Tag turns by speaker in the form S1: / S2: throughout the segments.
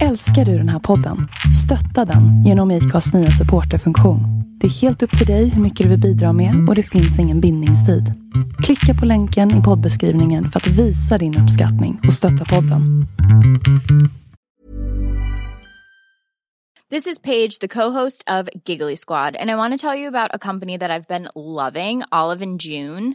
S1: Älskar du den här podden? Stötta den genom IKAs nya supporterfunktion. Det är helt upp till dig hur mycket du vill bidra med och det finns ingen bindningstid. Klicka på länken i poddbeskrivningen för att visa din uppskattning och stötta podden.
S2: This is Paige, the co-host of Giggly Squad, and I want to tell you about a company that I've been loving, Olive and June.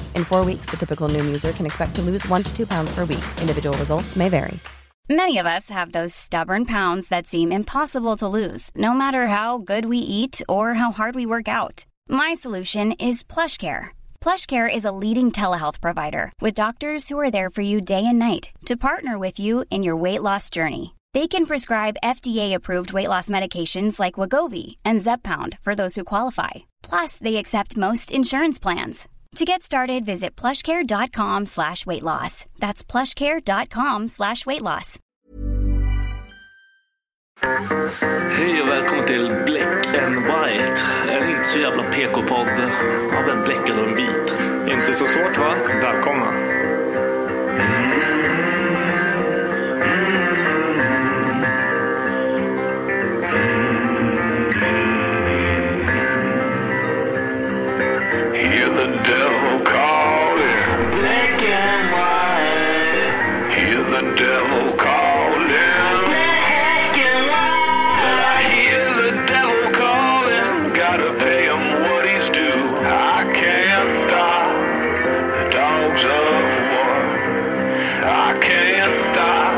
S3: In four weeks, the typical Noom user can expect to lose one to two pounds per week. Individual results may vary.
S4: Many of us have those stubborn pounds that seem impossible to lose, no matter how good we eat or how hard we work out. My solution is PlushCare. PlushCare is a leading telehealth provider with doctors who are there for you day and night to partner with you in your weight loss journey. They can prescribe FDA-approved weight loss medications like Wagovi and Zepbound for those who qualify. Plus, they accept most insurance plans. To get started, visit plushcare.com slash weight loss. That's plushcare.com slash weight loss.
S5: Hej och välkommen till Black and White. En inte så jävla PK-podd av en bläckad och en vit.
S6: Inte så svårt va? Välkomna.
S7: Hear the devil calling. Black and white. Hear the devil calling. Black and white. I hear the devil calling. Gotta pay him what he's due. I can't stop the dogs of war. I can't stop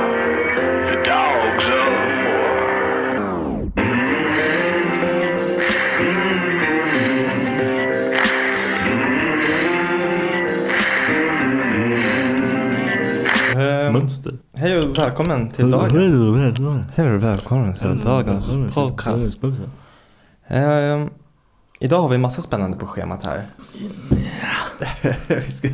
S7: the dogs of
S5: Mönster.
S6: Ehm, Hej och välkommen till dagens. Hej och välkommen till dagens podcast. Ehm, idag har vi massa spännande på schemat här. vi, ska,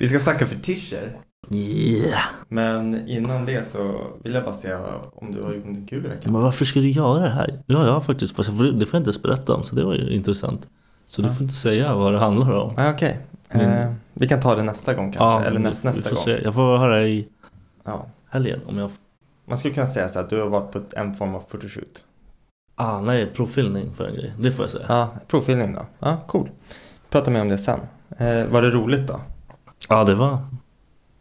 S6: vi ska snacka fetischer.
S5: Yeah.
S6: Men innan det så vill jag bara se om du har gjort något kul i veckan.
S5: Men varför ska du göra det här? Ja, jag har faktiskt, fast jag får- det får jag inte ens berätta om så det var ju intressant. Så du får inte säga vad det handlar om.
S6: Ah, Okej, Ehm, vi kan ta det nästa gång kanske. Eller näst,
S5: vi- vi
S6: nästa
S5: får
S6: gång.
S5: se. Jag får höra i
S6: Ja.
S5: helgen om jag...
S6: Man skulle kunna säga så här att du har varit på ett- en form av photoshoot.
S5: Ah, nej, provfilmning för en grej. Det får jag säga.
S6: Ja, provfilmning då. Ja, cool. Prata mer om det sen. Eh, var det roligt då?
S5: Ja, det var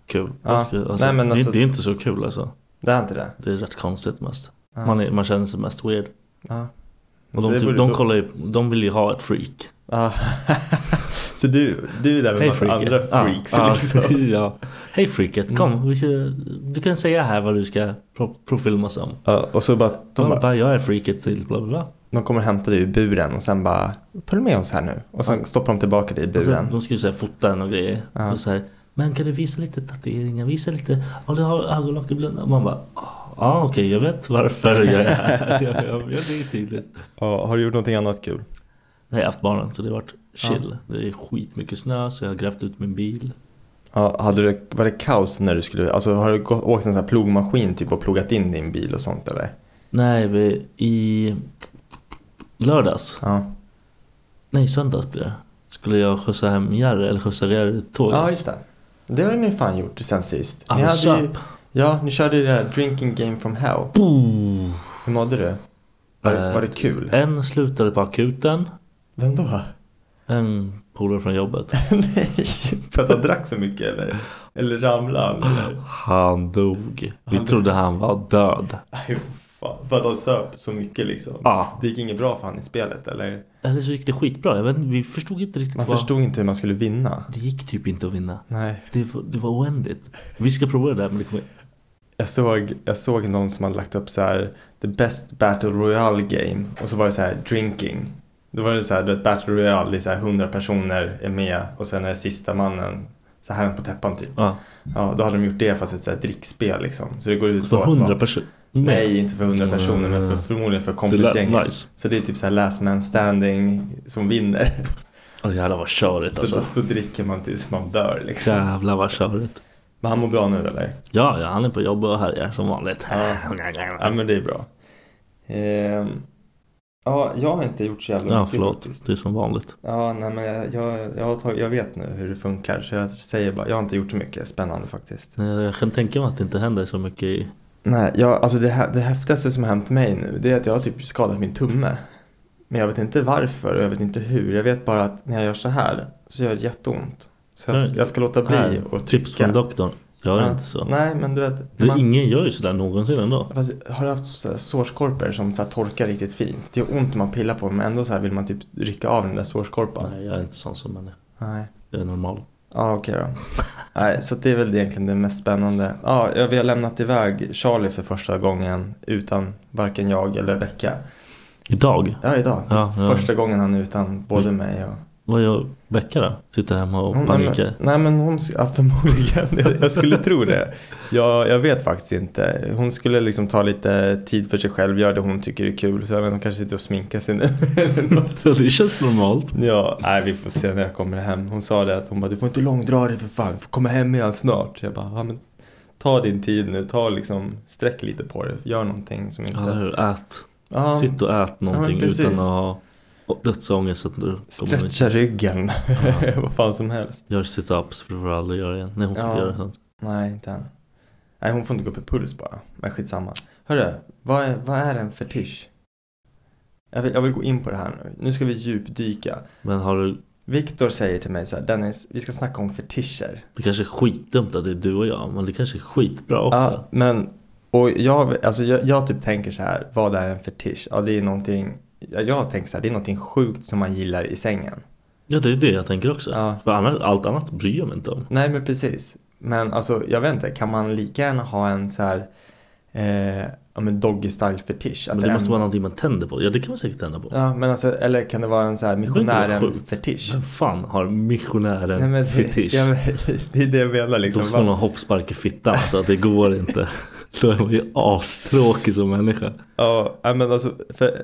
S5: kul.
S6: Ja.
S5: Jag ska- Alltså,
S6: Nej, men
S5: det,
S6: alltså-
S5: det är inte så kul alltså.
S6: Det är inte det?
S5: Det är rätt konstigt mest.
S6: Ja.
S5: Man, är, man känner sig mest weird.
S6: Ja.
S5: Och de,
S6: Det
S5: typ,
S6: borde
S5: de,
S6: gå-
S5: kollar ju, de vill ju ha ett freak.
S6: Ja. så du, du är där med
S5: Hej
S6: massa andra
S5: freaket. Ja,
S6: freaks
S5: ja,
S6: liksom.
S5: ja. Hej freaket,
S6: Mm.
S5: kom. Vi ska, du kan säga här vad du ska pro, profilmas om.
S6: Ja, och så bara, de,
S5: De
S6: bara,
S5: bara, jag är freaket till bla bla bla.
S6: de kommer och hämtar dig ur buren och sen bara följ med oss här nu. Och sen stoppar de tillbaka dig i
S5: Och
S6: buren.
S5: Sen, de ska ju så här fota en och grejer.
S6: Ja.
S5: Och så här, men kan du visa lite tatueringar? Visa lite, ja du har ögonlock i blunda. Och Man bara, ja okej jag vet varför jag är här. jag, jag, jag, det är tydligt.
S6: Ja, har du gjort någonting annat kul?
S5: Nej, jag har haft barnen så det har varit chill. Det är skitmycket snö så jag har grävt ut min bil.
S6: Ja, hade du, var det kaos när du skulle, alltså har du gått, åkt en sån här plogmaskin typ och plogat in din bil och sånt eller?
S5: Nej, vi, i lördags,
S6: Ja,
S5: nej söndags blir det. Skulle jag skjutsa hem Jerry eller skjutsa Jerry till tåget.
S6: ja just det. Det har ni fan gjort sen sist.
S5: Ah,
S6: Ni
S5: men
S6: hade ju,
S5: köp.
S6: ja, ni körde ju det här drinking game from hell. Hur mådde du? Var det,
S5: Eh,
S6: var det kul?
S5: En slutade på akuten.
S6: Vem då?
S5: En polare från jobbet.
S6: Nej, för att han drack så mycket eller? Eller ramlade han eller?
S5: Han dog. Vi trodde han var död.
S6: Aj, fan. För att han söp så mycket liksom?
S5: Ja.
S6: Det gick inget bra för han i spelet eller?
S5: Eller så gick det skitbra. Jag vet, inte, vi förstod inte riktigt
S6: Man förstod inte hur man skulle vinna.
S5: Det gick typ inte att vinna.
S6: Nej.
S5: Det, var- det var oändligt. Vi ska prova det där men det kommer...
S6: Jag såg, jag såg någon som hade lagt upp så här The best battle royale game och så var det så här drinking. Då var det så här du vet, battle royale, det är så här 100 personer är med och sen är det sista mannen så här på täppan typ.
S5: Ja.
S6: Ja, då hade de gjort det fast ett så här drickspel liksom. Så det går ut på
S5: För
S6: att man-
S5: Alltså hundra personer. Mm.
S6: Nej, inte för 100 personer men för, förmodligen för kompisgänget.
S5: nice.
S6: Så det är typ så här last man standing som vinner.
S5: Åh jävlar vad körigt
S6: Så
S5: alltså.
S6: då, då dricker man tills man dör liksom.
S5: Jävlar vad körigt.
S6: Men han mår bra nu eller?
S5: Ja, ja, han är på jobb och härjar som vanligt.
S6: Ja. Ja men det är bra. Ehm, ja, jag har inte gjort så jävla
S5: Ja,
S6: mycket faktiskt.
S5: förlåt. Det är som vanligt.
S6: Ja, nej men jag, jag, jag, har tagit, jag vet nu hur det funkar så jag säger bara, jag har inte gjort så mycket spännande faktiskt.
S5: Nej, Jag kan tänka mig att det inte händer så mycket i...
S6: Nej, jag, alltså det, hä- det häftigaste som har hänt mig nu det är att jag har typ skadat min tumme. Men jag vet inte varför och jag vet inte hur. Jag vet bara att när jag gör så här så gör det jätteont. Så jag,
S5: Nej.
S6: jag ska låta bli
S5: Nej,
S6: och trycka.
S5: Tips från doktorn. Gör
S6: Ja,
S5: inte så.
S6: Nej, men du vet.
S5: Det,
S6: man-
S5: ingen gör ju sådär någonsin ändå.
S6: Fast har du haft så här sårskorpor som så här torkar riktigt fint? Det gör ont när man pillar på dem men ändå så här vill man typ rycka av den där sårskorpan. Nej.
S5: Nej, jag är inte sån som man är. Jag är normal.
S6: Ja okej då. Nej, så att det är väl egentligen det mest spännande. Ja, jag- vi har lämnat iväg Charlie för första gången utan varken jag eller Becka.
S5: Idag?
S6: Ja idag.
S5: Ja, ja.
S6: Första gången han är utan både mig och...
S5: Vad gör Becka då? Sitter hemma och
S6: Hon- nej, men,
S5: panikar?
S6: nej men hon, ja, förmodligen. Jag, jag skulle tro det. Jag, jag vet faktiskt inte. Hon skulle liksom ta lite tid för sig själv, göra det hon tycker är kul. Så jag vet, hon kanske sitter och sminkar sig nu. eller något.
S5: Det känns normalt.
S6: Ja, nej vi får se när jag kommer hem. Hon sa det att hon bara, du får inte långdra dig för fan, du får komma hem igen snart. Så jag bara, ja men ta din tid nu, ta liksom, sträck lite på det, gör någonting som
S5: Ja, eller
S6: inte...
S5: hur? Ät.
S6: Ja,
S5: Sitt och ät någonting
S6: precis.
S5: utan att ha dödsångest. Att du kommer hit.
S6: stretcha ryggen, vad fan som helst.
S5: Gör situps för du får aldrig göra igen. Nej, hon får
S6: Ja.
S5: inte göra sånt.
S6: Nej, inte än. Nej, hon får inte gå upp i puls bara, men skitsamma. Hörru, vad är, vad är en fetisch? Jag vill, jag vill gå in på det här nu, nu ska vi djupdyka.
S5: Men har du...
S6: Viktor säger till mig så här, Dennis, vi ska snacka om fetischer.
S5: Det kanske är skitdumt att det är du och jag. Men det kanske är skitbra
S6: Ja,
S5: också.
S6: men och jag, alltså jag, jag typ tänker så här, vad är en fetisch? Ja, det är någonting, ja, jag tänker så här, det är någonting sjukt som man gillar i sängen.
S5: Ja, det är det jag tänker också.
S6: Ja.
S5: För annars, allt annat bryr jag mig inte om.
S6: Nej, men precis. Men alltså, jag vet inte, kan man lika gärna ha en så här, eh, ja men doggy style fetisch? Att
S5: Men
S6: är
S5: det måste
S6: en-
S5: vara någonting man tänder på. Ja, det kan man säkert tända på.
S6: Ja, men alltså, eller kan det vara en så här
S5: behöver inte vara
S6: missionären
S5: sjukt.
S6: fetisch?
S5: Vem fan har missionären
S6: Nej, men det,
S5: fetisch?
S6: Ja, men, det är det jag menar
S5: Då
S6: liksom.
S5: ska man ha hoppspark i fittan alltså, det går inte. Då är man ju astråkig som människa.
S6: Ja, ja, men alltså för,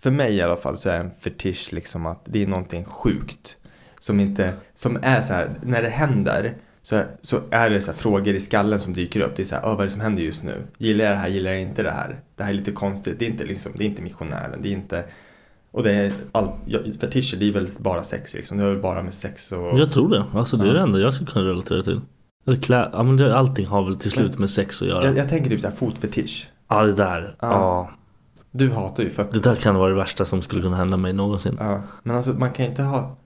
S6: för mig i alla fall så är en fetisch liksom att det är någonting sjukt. Som inte, som är så här, när det händer så, så är det så här frågor i skallen som dyker upp. Det är så här, "Ah, vad är det som händer just nu? Gillar jag det här, gillar jag inte det här? Det här är lite konstigt, det är inte liksom, det är inte missionären, det är inte och det är all, ja, fetischer det är väl bara sex liksom, det har väl bara med sex och...
S5: Jag tror det. Alltså, det är
S6: Ja.
S5: det enda jag skulle kunna relatera till. Eller klä... ja, men det, allting har väl till slut med sex att göra.
S6: Jag, jag tänker typ så här fotfetisch.
S5: Ja det där.
S6: Ja.
S5: Ja.
S6: Du hatar ju
S5: Det
S6: fötter.
S5: där kan vara det värsta som skulle kunna hända mig någonsin.
S6: Ja, men alltså man kan ju inte ha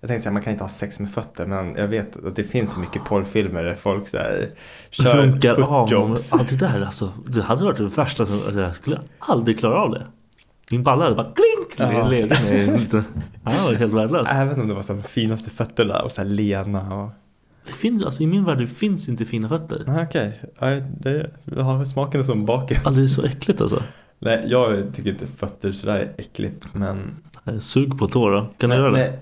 S6: jag tänkte säga man kan inte ha sex med fötter men jag vet att det finns så mycket porrfilmer där folk så här kör
S5: Runkar av.
S6: footjobs.
S5: Ja det där alltså. Det hade varit det värsta som... alltså, Jag skulle aldrig klara av det. Min balla hade bara klink!
S6: Ja.
S5: Ja. Ledig med lite... Ja, det var helt värdelös.
S6: Även om det var så här de finaste fötterna och så här lena och...
S5: Det finns, alltså i min värld det finns inte fina fötter.
S6: Nej okej, Nej, det jag har smaken som baken.
S5: Ja, det är så äckligt alltså.
S6: Nej jag tycker inte fötter sådär är äckligt men...
S5: Eh, Sug på tår då. Kan du göra det?
S6: nej,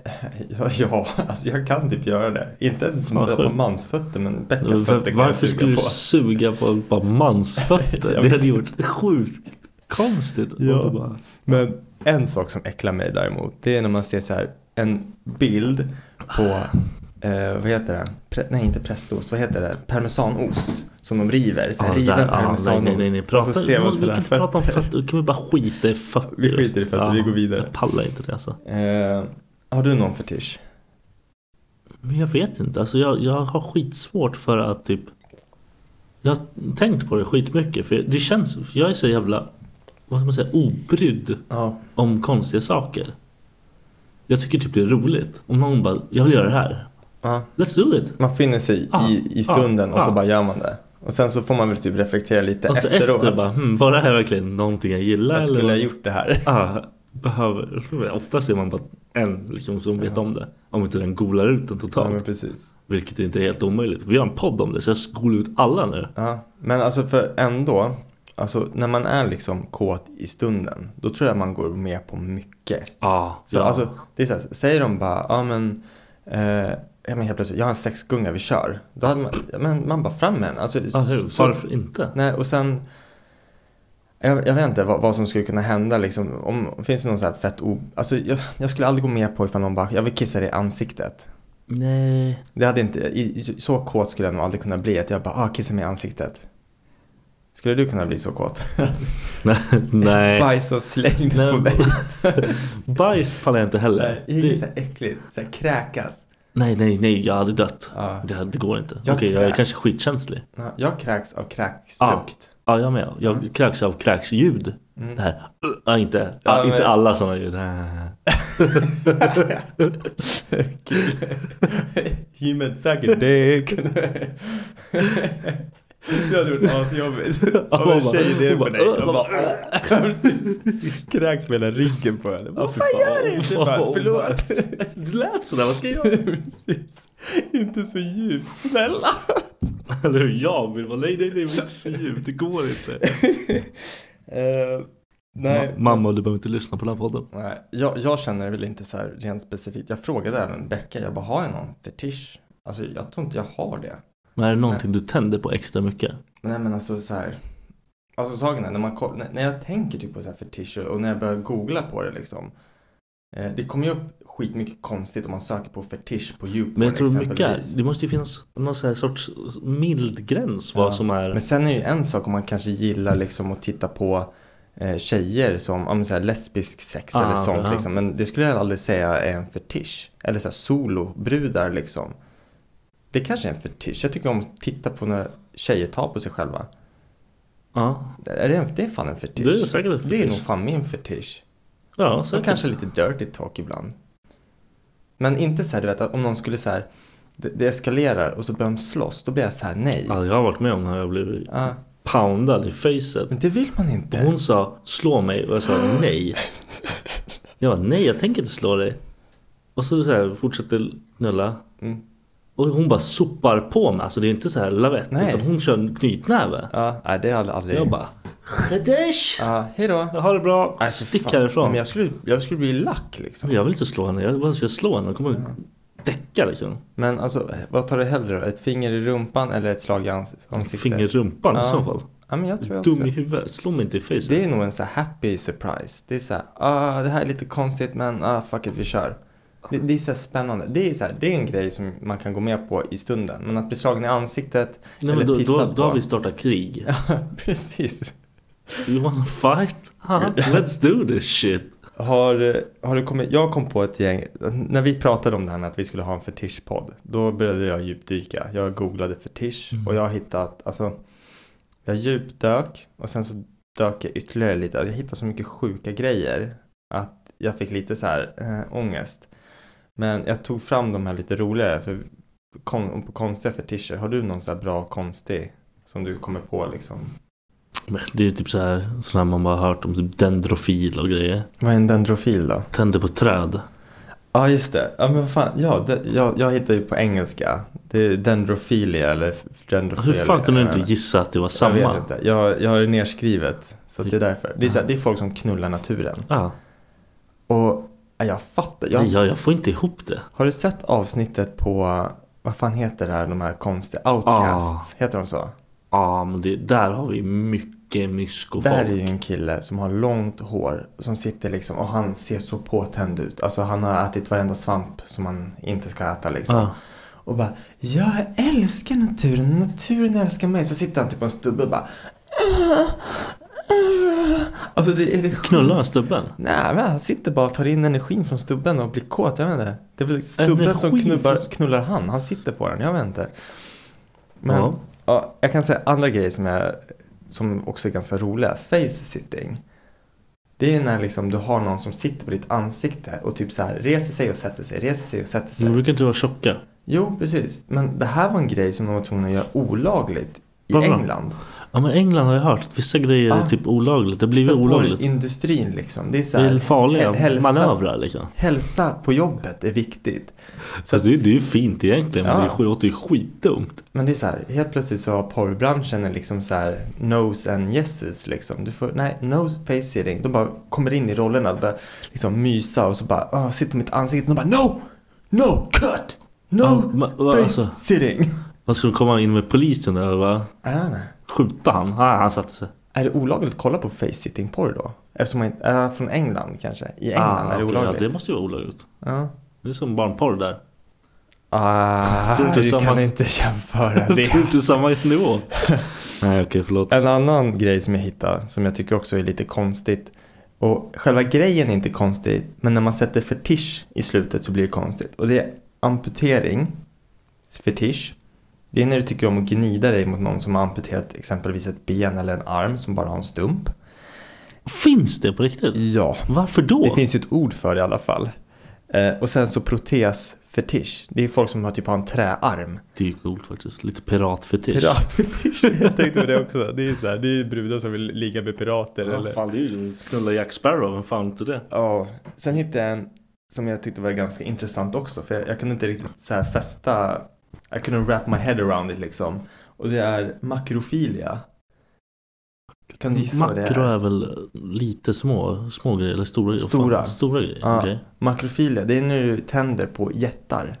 S6: ja, ja, alltså jag kan typ göra det. Inte
S5: vad
S6: på
S5: sjukt.
S6: mansfötter men Beckas fötter
S5: Var,
S6: kan jag
S5: varför
S6: suga
S5: skulle
S6: på.
S5: du suga på ett par mansfötter?
S6: Jag
S5: Det
S6: vet
S5: hade gjort sjukt konstigt. Och
S6: Ja.
S5: då Bara,
S6: Men en sak som äcklar mig däremot, det är när man ser så här en bild på, eh, vad heter det? Pre, nej, inte prästost, vad heter det? Parmesanost som de river. Så
S5: ja,
S6: här,
S5: "Ah, det
S6: riven
S5: där, ja,
S6: parmesanost.
S5: nej, nej, nej, nej.
S6: Och
S5: Prata,
S6: så ser man
S5: man, vi
S6: sådär
S5: kan inte prata om
S6: fötter.
S5: fötter. Kan vi bara skita i fötter?
S6: Vi skiter
S5: just?
S6: i fötter, vi går vidare.
S5: Jag pallar inte det alltså.
S6: Eh, har du någon fetisch?
S5: Men jag vet inte. Alltså, jag, jag har skitsvårt för att typ... Jag har tänkt på det skitmycket. För det känns... Jag är så jävla... Vad ska man säga? Obrydd
S6: Ja.
S5: om konstiga saker. Jag tycker typ det är roligt. Om någon bara, jag vill göra det här.
S6: Ja.
S5: Let's do it.
S6: Man finner sig
S5: Ah,
S6: i, i stunden
S5: ah,
S6: och så
S5: ah.
S6: bara gör man det. Och sen så får man väl typ reflektera lite
S5: Och så
S6: efteråt.
S5: efter bara, hmm, var det här verkligen någonting jag gillar?
S6: jag skulle
S5: eller?
S6: ha gjort det här.
S5: Ah, behöver. Oftast är man bara en liksom, som vet om det. Om inte den golar ut den
S6: Ja, men
S5: totalt.
S6: precis.
S5: vilket inte är helt omöjligt. Vi har en podd om det så jag skolar ut alla nu.
S6: Ja. Men alltså för ändå, alltså när man är liksom kåt i stunden, då tror jag man går med på mycket.
S5: Ah,
S6: Så alltså, det är så här, säger de bara, ja men, eh, ja, men helt plötsligt, jag har en sexgunga, vi kör. Då hade man, ja, men man bara fram med den. Alltså,
S5: ah, hur?
S6: så-
S5: Varför inte?
S6: Nej, och sen, jag, jag vet inte vad, vad som skulle kunna hända liksom. Om, finns det någon så här fett o... Alltså jag, jag skulle aldrig gå med på ifall någon bara, jag vill kissa dig i ansiktet.
S5: Nej.
S6: Det hade inte, i, i- så kåt skulle jag nog aldrig kunna bli att jag bara, ah kissa mig i ansiktet. Skulle du kunna bli så kåt?
S5: Nej.
S6: Bajs och slängd
S5: Nej,
S6: på
S5: men-
S6: mig.
S5: Bajs pallar jag inte heller.
S6: Det är ju
S5: Det-
S6: så här äckligt, så här kräkas.
S5: Nej, nej, nej, jag hade dött.
S6: Ja.
S5: Det, här- det går inte. Okej, jag
S6: Jag
S5: är
S6: kräks.
S5: kanske skitkänslig.
S6: Ja, Jag kräks av kräkslukt.
S5: Lukt. Ja, jag med. Jag kräks av kräksljud. Det här. Uh, ja, inte, ja,
S6: Mm. Ja, men-
S5: inte alla sådana ljud. Äh. Ah.
S6: He meant suck a dick. Det hade gjort asjobbigt. Om en
S5: man bara-
S6: tjej gör det
S5: hon
S6: på
S5: bara, "Äh, "Åh",
S6: dig. Jag
S5: man
S6: bara kräks med hela ryggen på henne. Vad fan gör du? Du bara, Förlåt.
S5: Du lät sådär, vad ska jag göra?
S6: Inte så djupt, snälla.
S5: Eller hur? Jag vill vara, nej, nej, nej, inte så djupt. Det går inte.
S6: Eh, Nej.
S5: Ma- mamma, du behöver inte lyssna på den här podden.
S6: Nej, jag, jag känner väl inte så här rent specifikt. Jag frågade även Becka, jag bara har jag någon fetisch? Alltså jag tror inte jag har det.
S5: Men är det någonting du tänder på extra mycket?
S6: Nej men alltså så här. Alltså saken är, när, man, ko- när- när jag tänker typ på så här fetischer och när jag börjar googla på det liksom. Eh, det kommer ju upp skitmycket konstigt om man söker på fetisch på Youporn
S5: Men jag tror mycket,
S6: exempelvis.
S5: är- det måste ju finnas någon så här sorts mild gräns vad
S6: Ja.
S5: som är...
S6: Men sen är det ju en sak om man kanske gillar liksom att titta på eh, tjejer som, ja men så här lesbisk sex
S5: Ah,
S6: eller sånt
S5: ja.
S6: liksom. Men det skulle jag aldrig säga är en fetisch. Eller så här solobrudar liksom. Det kanske är en fetisch. Jag tycker om att titta på när tjejer tar på sig själva.
S5: Ja,
S6: Är det, en, det är fan en fetisch.
S5: det är säkert ett
S6: Det är nog
S5: fetisch.
S6: fan min fetisch.
S5: Ja,
S6: Och
S5: säkert.
S6: kanske lite dirty talk ibland. Men inte så här, du vet, att om någon skulle så här, det, det eskalerar och så börjar de slåss, då blir jag så här, nej.
S5: Ja, jag har varit med om när jag blev
S6: Ja.
S5: poundad i facet.
S6: Men det vill man inte.
S5: Och hon sa slå mig och jag sa nej. Jag bara nej jag tänker inte slå dig. Och så, så här, fortsätter knulla.
S6: Mm.
S5: Och hon bara sopar på mig. Alltså det är inte så här lavett
S6: Nej.
S5: utan hon kör en knytnäve.
S6: Ja, nej det har jag aldrig.
S5: Jag bara Chedesh!
S6: Ja, hejdå.
S5: Ha det bra,
S6: Nej, för
S5: stick
S6: fan.
S5: härifrån.
S6: Men jag skulle, jag skulle bli lack liksom.
S5: Men Jag vill inte slå henne, jag bara ska slå henne. Hon kommer däcka liksom.
S6: Men alltså, vad tar du hellre då? Ett finger i rumpan eller ett slag i ans- ansiktet?
S5: Finger i rumpan
S6: Ja.
S5: i så fall.
S6: Ja, men jag tror
S5: Dum
S6: också.
S5: i huvudet, slå mig inte i facet.
S6: Det är nog en så här happy surprise. Det är så här, ah, det här är lite konstigt men ah, fuck it, vi kör. Det, det är så här spännande. Det är, så här, det är en grej som man kan gå med på i stunden. Men att bli slagen i ansiktet
S5: Nej,
S6: eller
S5: men då, då,
S6: pissad
S5: då har
S6: på.
S5: vi startat krig.
S6: Precis.
S5: You wanna fight? Huh? Let's do this shit.
S6: Har, eh, har du kommit, jag kom på ett gäng, när vi pratade om det här med att vi skulle ha en fetischpodd, då började jag djupdyka. Jag googlade fetisch och jag har hittat, alltså, jag djupdök och sen så dök jag ytterligare lite. Alltså, Jag hittade så mycket sjuka grejer att jag fick lite så här eh, ångest. Men jag tog fram de här lite roligare, för kon, på konstiga fetischer, har du någon så här bra konstig som du kommer på liksom?
S5: Men Det är typ så här, sådana här man bara hört om, typ dendrofil och grejer.
S6: Vad är en dendrofil då?
S5: Tänder på träd.
S6: Ja just det, ja men fan, ja, det, jag, jag hittar ju på engelska. Det är dendrophilia eller dendrophilia.
S5: Hur fan kunde du inte
S6: Jag
S5: gissa att det var
S6: Jag vet
S5: samma?
S6: inte, jag, jag har det nerskrivet. Så att det är därför. Det är, så här, det är folk som knullar naturen.
S5: Ja.
S6: Och ja, jag fattar, jag,
S5: Nej, Jag, jag får inte ihop det.
S6: har du sett avsnittet på, vad fan heter det här, de här
S5: Ah.
S6: konstiga, outcasts, heter de så?
S5: Ja, men det, där har vi mycket mysko
S6: Där
S5: folk.
S6: är ju en kille som har långt hår som sitter liksom och han ser så påtänd ut. Alltså han har ätit varenda svamp som man inte ska äta liksom.
S5: Ja.
S6: Och bara, jag älskar naturen, naturen älskar mig. Så sitter han typ på en stubbe och bara "Ah, ah." Alltså det är det
S5: Knullar han stubben?
S6: Nej men han sitter bara och tar in energin från stubben och blir kåt, jag vet inte. Det är väl stubben som
S5: Energi
S6: knubbar,
S5: från-
S6: knullar han, han sitter på den, jag vet inte. Men
S5: Ja.
S6: ja. jag kan säga andra grejer som, är, som också är ganska roliga. Face sitting. Det är när liksom du har någon som sitter på ditt ansikte och typ så här reser sig och sätter sig, reser sig och sätter sig.
S5: Men brukar inte vara tjocka.
S6: Jo, precis. Men det här var en grej som de var tvungna att göra olagligt i
S5: Vadå?
S6: England.
S5: Ja men England har jag hört att vissa grejer är
S6: Ja.
S5: typ olagligt. Det blir olagligt.
S6: industrin liksom. Det är, så
S5: Det
S6: här,
S5: är farliga
S6: häl- hälsa,
S5: manövrar liksom.
S6: Hälsa på jobbet är viktigt.
S5: Så att det, det är ju fint egentligen men
S6: Ja.
S5: det låter ju skitdumt.
S6: Men det är så här, helt plötsligt så har porrbranschen en liksom så här nose and yeses liksom. Du får, nej, no face sitting. De bara kommer in i rollerna, börjar liksom mysa och så bara, ah, sitter mitt ansikte. De bara, no! No cut! No
S5: Ja, men vad-
S6: face
S5: alltså-
S6: sitting!
S5: Vad skulle komma in med polisen där och bara
S6: Ah, nej.
S5: skjuta han? Ah, han satte sig.
S6: Är det olagligt att kolla på face sitting porr då? Eftersom man inte, är det från England kanske? I England är det
S5: Ah, okej,
S6: olagligt?
S5: Ja, det måste ju vara olagligt.
S6: Ja.
S5: Det är som barnporr där.
S6: Ah,
S5: Det är inte
S6: vi
S5: samma-
S6: kan inte jämföra
S5: Det är
S6: det.
S5: inte samma nivå. Nej okej förlåt.
S6: En annan grej som jag hittar som jag tycker också är lite konstigt. Och själva grejen är inte konstigt. Men när man sätter fetisch i slutet så blir det konstigt. Och det är amputering. Fetisch. Det är när du tycker om att gnida dig mot någon som har amputerat exempelvis ett ben eller en arm som bara har en stump.
S5: Finns det på riktigt?
S6: Ja.
S5: Varför då?
S6: Det finns ju ett ord för det i alla fall. Eh, och sen så protesfetisch. Det är folk som har typ har en träarm.
S5: Det är ju coolt faktiskt. Lite piratfetisch.
S6: Piratfetisch. Jag tänkte på det också. Det är så här, det är brudar som vill ligga med pirater
S5: Ja,
S6: eller.
S5: fan det är ju knulla Jack Sparrow, vem fan inte det?
S6: Ja, sen hittade jag en som jag tyckte var ganska intressant också för jag, jag kunde inte riktigt så här fästa, I couldn't wrap my head around it liksom. Och det är makrofilia. Kan du gissa vad det
S5: Makro
S6: är?
S5: är väl lite små, små grejer eller stora grejer?
S6: Stora.
S5: Fan, stora grejer,
S6: Ja.
S5: okej.
S6: Makrofilia, det är när du tänder på jättar.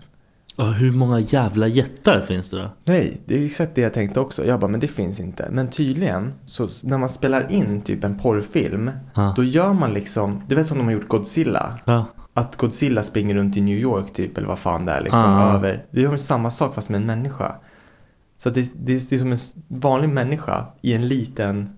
S5: Ja, hur många jävla jättar finns det då?
S6: Nej, det är exakt det jag tänkte också. Jag bara, men det finns inte. Men tydligen, så s- när man spelar in typ en porrfilm,
S5: Ja.
S6: då gör man liksom, du vet som de har gjort Godzilla?
S5: Ja.
S6: Att Godzilla springer runt i New York typ eller vad fan det är liksom
S5: Ah.
S6: över. Det gör de samma sak fast med en människa. Så att det, det, det är som en s- vanlig människa i en liten,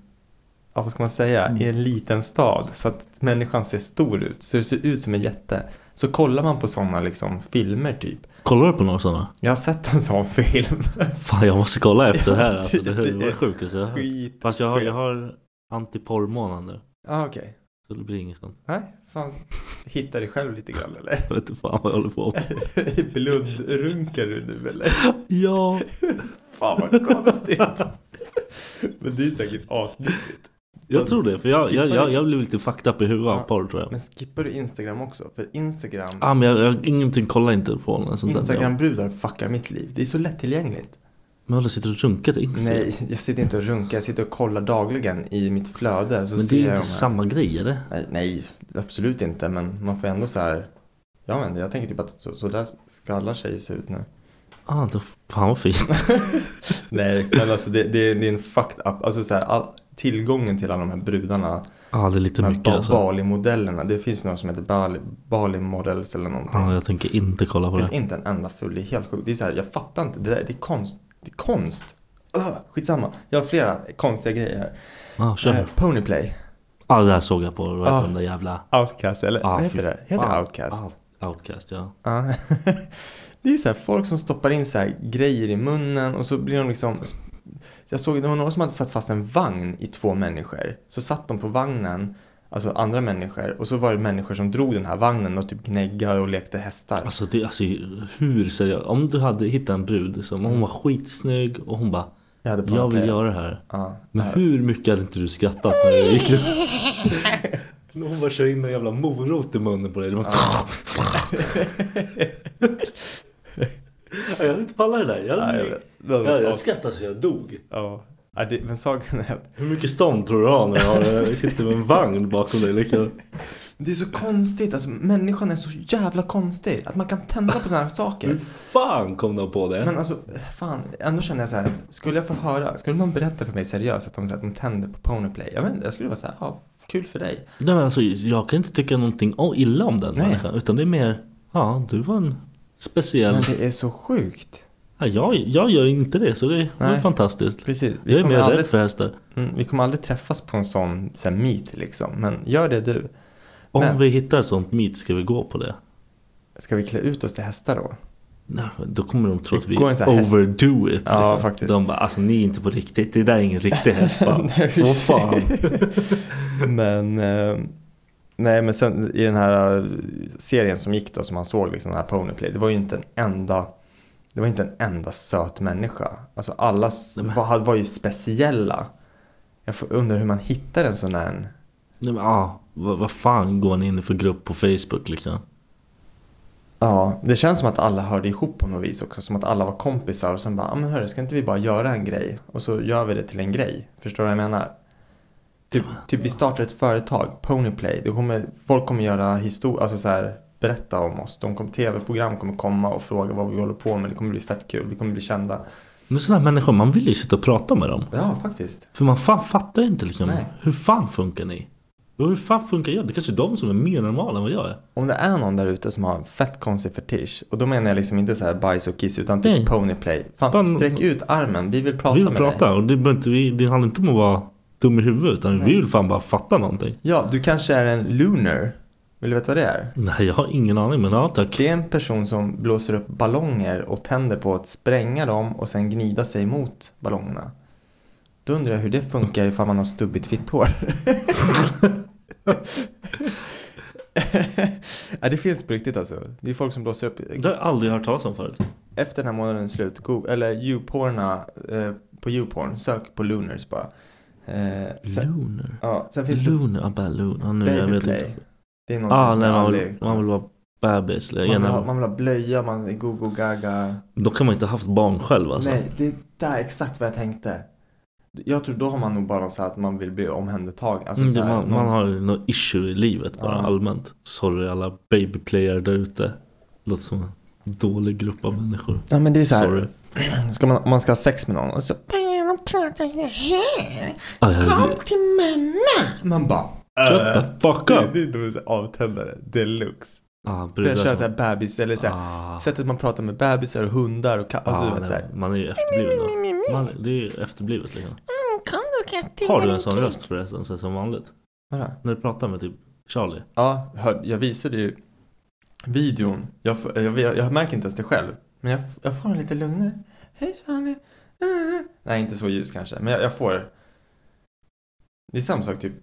S6: ja vad ska man säga, i en liten stad. Så att människan ser stor ut, så det ser ut som en jätte. Så kollar man på sådana liksom filmer typ.
S5: Kollar du på några sådana?
S6: Jag har sett en sån film.
S5: Fan jag måste kolla efter det här alltså. Det,
S6: det
S5: det var
S6: är
S5: det sjukaste jag har hört.
S6: Skit.
S5: alltså. Fast jag har, jag har antiporrmånad nu.
S6: Ja, okej.
S5: Så det blir inget sånt.
S6: Nej, fan. Hitta dig själv lite grann eller?
S5: Jag vet inte fan vad jag håller på med.
S6: Blodrunkar du nu eller?
S5: Ja.
S6: Fan vad konstigt. Men det är säkert asnyttigt.
S5: Jag tror det. För jag, jag,
S6: Skippa
S5: jag,
S6: det.
S5: jag blev lite fucked up i huvudet av
S6: Ja,
S5: porr tror jag.
S6: Men skippar du Instagram också? För Instagram,
S5: Ja men jag, jag, ingenting kollar inte på något sånt där.
S6: Instagram-brudar fuckar mitt liv. Det är så lättillgängligt.
S5: Men jag sitter och runkar till Instagram.
S6: Nej, jag sitter inte och runkar. Jag sitter och kollar dagligen i mitt flöde. Så
S5: Men
S6: ser
S5: det är ju
S6: jag
S5: inte
S6: de här.
S5: samma grej är det?
S6: Nej, nej, absolut inte. Men man får ändå så här. Ja, men jag tänker typ att så, så där ska alla tjejer se ut nu.
S5: Ah, då, fan vad fint.
S6: Nej, men alltså det, det, är- det är en fucked up. Alltså så här, all, tillgången till alla de här brudarna.
S5: ah, det är
S6: De
S5: lite
S6: här
S5: mycket
S6: ba-
S5: alltså. Ja
S6: Bali-modellerna. Det finns några som heter Bali, Bali Models eller någonting.
S5: ah, jag tänker inte kolla på
S6: Det finns
S5: det.
S6: inte en enda ful. Det är helt sjukt. Det är så här, jag fattar inte. Det, där, det är konst. Det är konst. Ugh, skitsamma. Jag har flera konstiga grejer här.
S5: Ah, kör.
S6: Eh, Ponyplay.
S5: ah, det här såg jag på. Vad heter
S6: Ah.
S5: den där jävla...
S6: Outcast eller?
S5: Ah,
S6: vad
S5: fy
S6: heter det? Heter
S5: fan.
S6: det Outcast?
S5: Ah, outcast ja.
S6: Ja. Det är så här, folk som stoppar in så här grejer i munnen och så blir de liksom Jag såg, det var någon som hade satt fast en vagn i två människor Så satt de på vagnen Alltså andra människor och så var det människor som drog den här vagnen och typ gnäggade och lekte hästar
S5: Alltså, det, alltså hur seriöst? Om du hade hittat en brud som hon var skitsnygg och hon bara
S6: Jag hade
S5: Jag vill
S6: porrplayat.
S5: göra det här.
S6: Ja.
S5: Men hur mycket hade inte du skrattat när du gick runt? När hon bara kör in en jävla morot i munnen på dig. Det var... jag hade inte pallat det där. Jag,
S6: Nej, jag
S5: hade...
S6: vet. Det hade
S5: jag, jag
S6: varit-
S5: skrattade så jag dog.
S6: Ja. Ja, det, men saken är att
S5: Hur mycket stånd tror du har när du har- sitter med en vagn bakom dig? Liksom?
S6: Det är så konstigt, alltså människan är så jävla konstig Att man kan tända på sådana här saker
S5: Hur fan kom de på det?
S6: Men alltså, fan, ändå känner jag så här att skulle jag få höra, skulle någon berätta för mig seriöst att de, så här, att de tänder på Ponyplay? Jag vet inte, jag skulle vara så här, ja, kul för dig.
S5: Nej, men alltså, jag kan inte tycka någonting o- illa om den
S6: Nej.
S5: människan. Utan det är mer, ja du var en speciell.
S6: Men det är så sjukt.
S5: Ja, jag, jag gör inte det så det var
S6: Nej.
S5: fantastiskt.
S6: Precis, vi
S5: Jag är
S6: kommer,
S5: mer
S6: aldrig,
S5: rädd för hästar.
S6: mm, vi kommer aldrig träffas på en sån så här, meet liksom. Men gör det du.
S5: Om
S6: Men-
S5: vi hittar ett sånt myt ska vi gå på det.
S6: Ska vi klä ut oss till hästar då?
S5: Nej, men då kommer de tro att vi
S6: går en sån här häst-
S5: overdo it.
S6: Ja, faktiskt.
S5: De bara alltså ni är inte på riktigt. Det där är ingen riktig häst. bara.
S6: Nej,
S5: Vad fan.
S6: Men eh, Nej men sen i den här eh, serien som gick då som man såg liksom den här Ponyplay. Det var ju inte en enda Det var inte en enda söt människa. Alltså alla s- var, var ju speciella. Jag får- undrar hur man hittar en sån här
S5: Nej men ah, vad, vad fan går ni in i för grupp på Facebook liksom?
S6: Ja, det känns som att alla hörde ihop på något vis också. Som att alla var kompisar och sen bara, "Ah, men hörru, ska inte vi bara göra en grej? Och så gör vi det till en grej. Förstår du vad jag menar? Typ, typ vi startar ett företag, Ponyplay. Det kommer, folk kommer göra historia, alltså så här, berätta om oss. De kommer, tv-program kommer komma och fråga vad vi håller på med. Det kommer bli fett kul, vi kommer bli kända.
S5: Men sådana här människor, man vill ju sitta och prata med dem.
S6: Ja, faktiskt.
S5: För man fan fattar ju inte liksom.
S6: Nej.
S5: Hur fan funkar ni? Och hur fan funkar jag? Det kanske är de som är mer normala än vad jag är.
S6: Om det är någon där ute som har en fett konstig fetisch. Och då menar jag liksom inte så här bajs och kiss utan typ
S5: Nej.
S6: Ponyplay.
S5: Fan-
S6: Fan, sträck ut armen, vi vill prata
S5: vi vill
S6: med
S5: prata
S6: dig.
S5: och det, behöver inte, vi, det handlar inte om att vara dum i huvudet utan vi vill fan bara fatta någonting.
S6: Ja, du kanske är en lunar. Vill du veta vad det är?
S5: Nej jag har ingen aning men ja tack.
S6: Det är en person som blåser upp ballonger och tänder på att spränga dem och sen gnida sig mot ballongerna. Då undrar jag hur det funkar ifall man har stubbigt fitthår. ja, det finns på riktigt alltså. Det är folk som blåser upp.
S5: Det har jag aldrig hört talas om förut.
S6: Efter den här månaden är slut, go- eller youporna eh, på youporn, sök på lunars bara. Eh, sen,
S5: Lunar.
S6: ja, sen finns det
S5: Lunar, ja bara lunar. Ja, nu, jag vet
S6: babyplay.
S5: inte.
S6: Det är någonting
S5: Ah,
S6: som
S5: nej,
S6: jag
S5: man,
S6: aldrig
S5: vill, man vill vara bebis. eller
S6: Man vill,
S5: gärna-
S6: ha, man vill ha blöja, man är go go gaga.
S5: Då kan man inte ha haft barn själv alltså.
S6: Nej, det är där exakt vad jag tänkte. Jag tror då har man nog bara så här att man vill bli omhändertagen. Alltså
S5: Mm,
S6: så
S5: det,
S6: här,
S5: man,
S6: någon
S5: man
S6: som-
S5: har ju något issue i livet bara
S6: Ja.
S5: allmänt. Sorry alla babyplayare där ute. Låter som en dålig grupp av människor.
S6: Ja men det är så
S5: Sorry.
S6: här, ska man, om man ska ha sex med någon och så
S5: Ah, jag,
S6: till mamma! Man bara
S5: shut the fuck
S6: det,
S5: up!
S6: det är nog så här avtändare deluxe.
S5: Ah, brudar
S6: Det kör
S5: som-
S6: såhär bebis eller såhär
S5: Ah.
S6: sättet man pratar med bebisar och hundar och ka- alltså
S5: Ah,
S6: du vet
S5: nej,
S6: Mm, såhär.
S5: Man är ju efterbliven då. Man, det är ju efterblivet liksom. Har du en sån röst förresten så som vanligt?
S6: Vadå?
S5: När du pratar med typ Charlie?
S6: Ja, hör, jag visade ju videon. Jag, f- jag, jag, jag märker inte ens det själv. Men jag, f- jag får en lite lugnare. Hej Charlie. Ah. Nej, inte så ljus kanske. Men jag, jag får. Det är samma sak typ.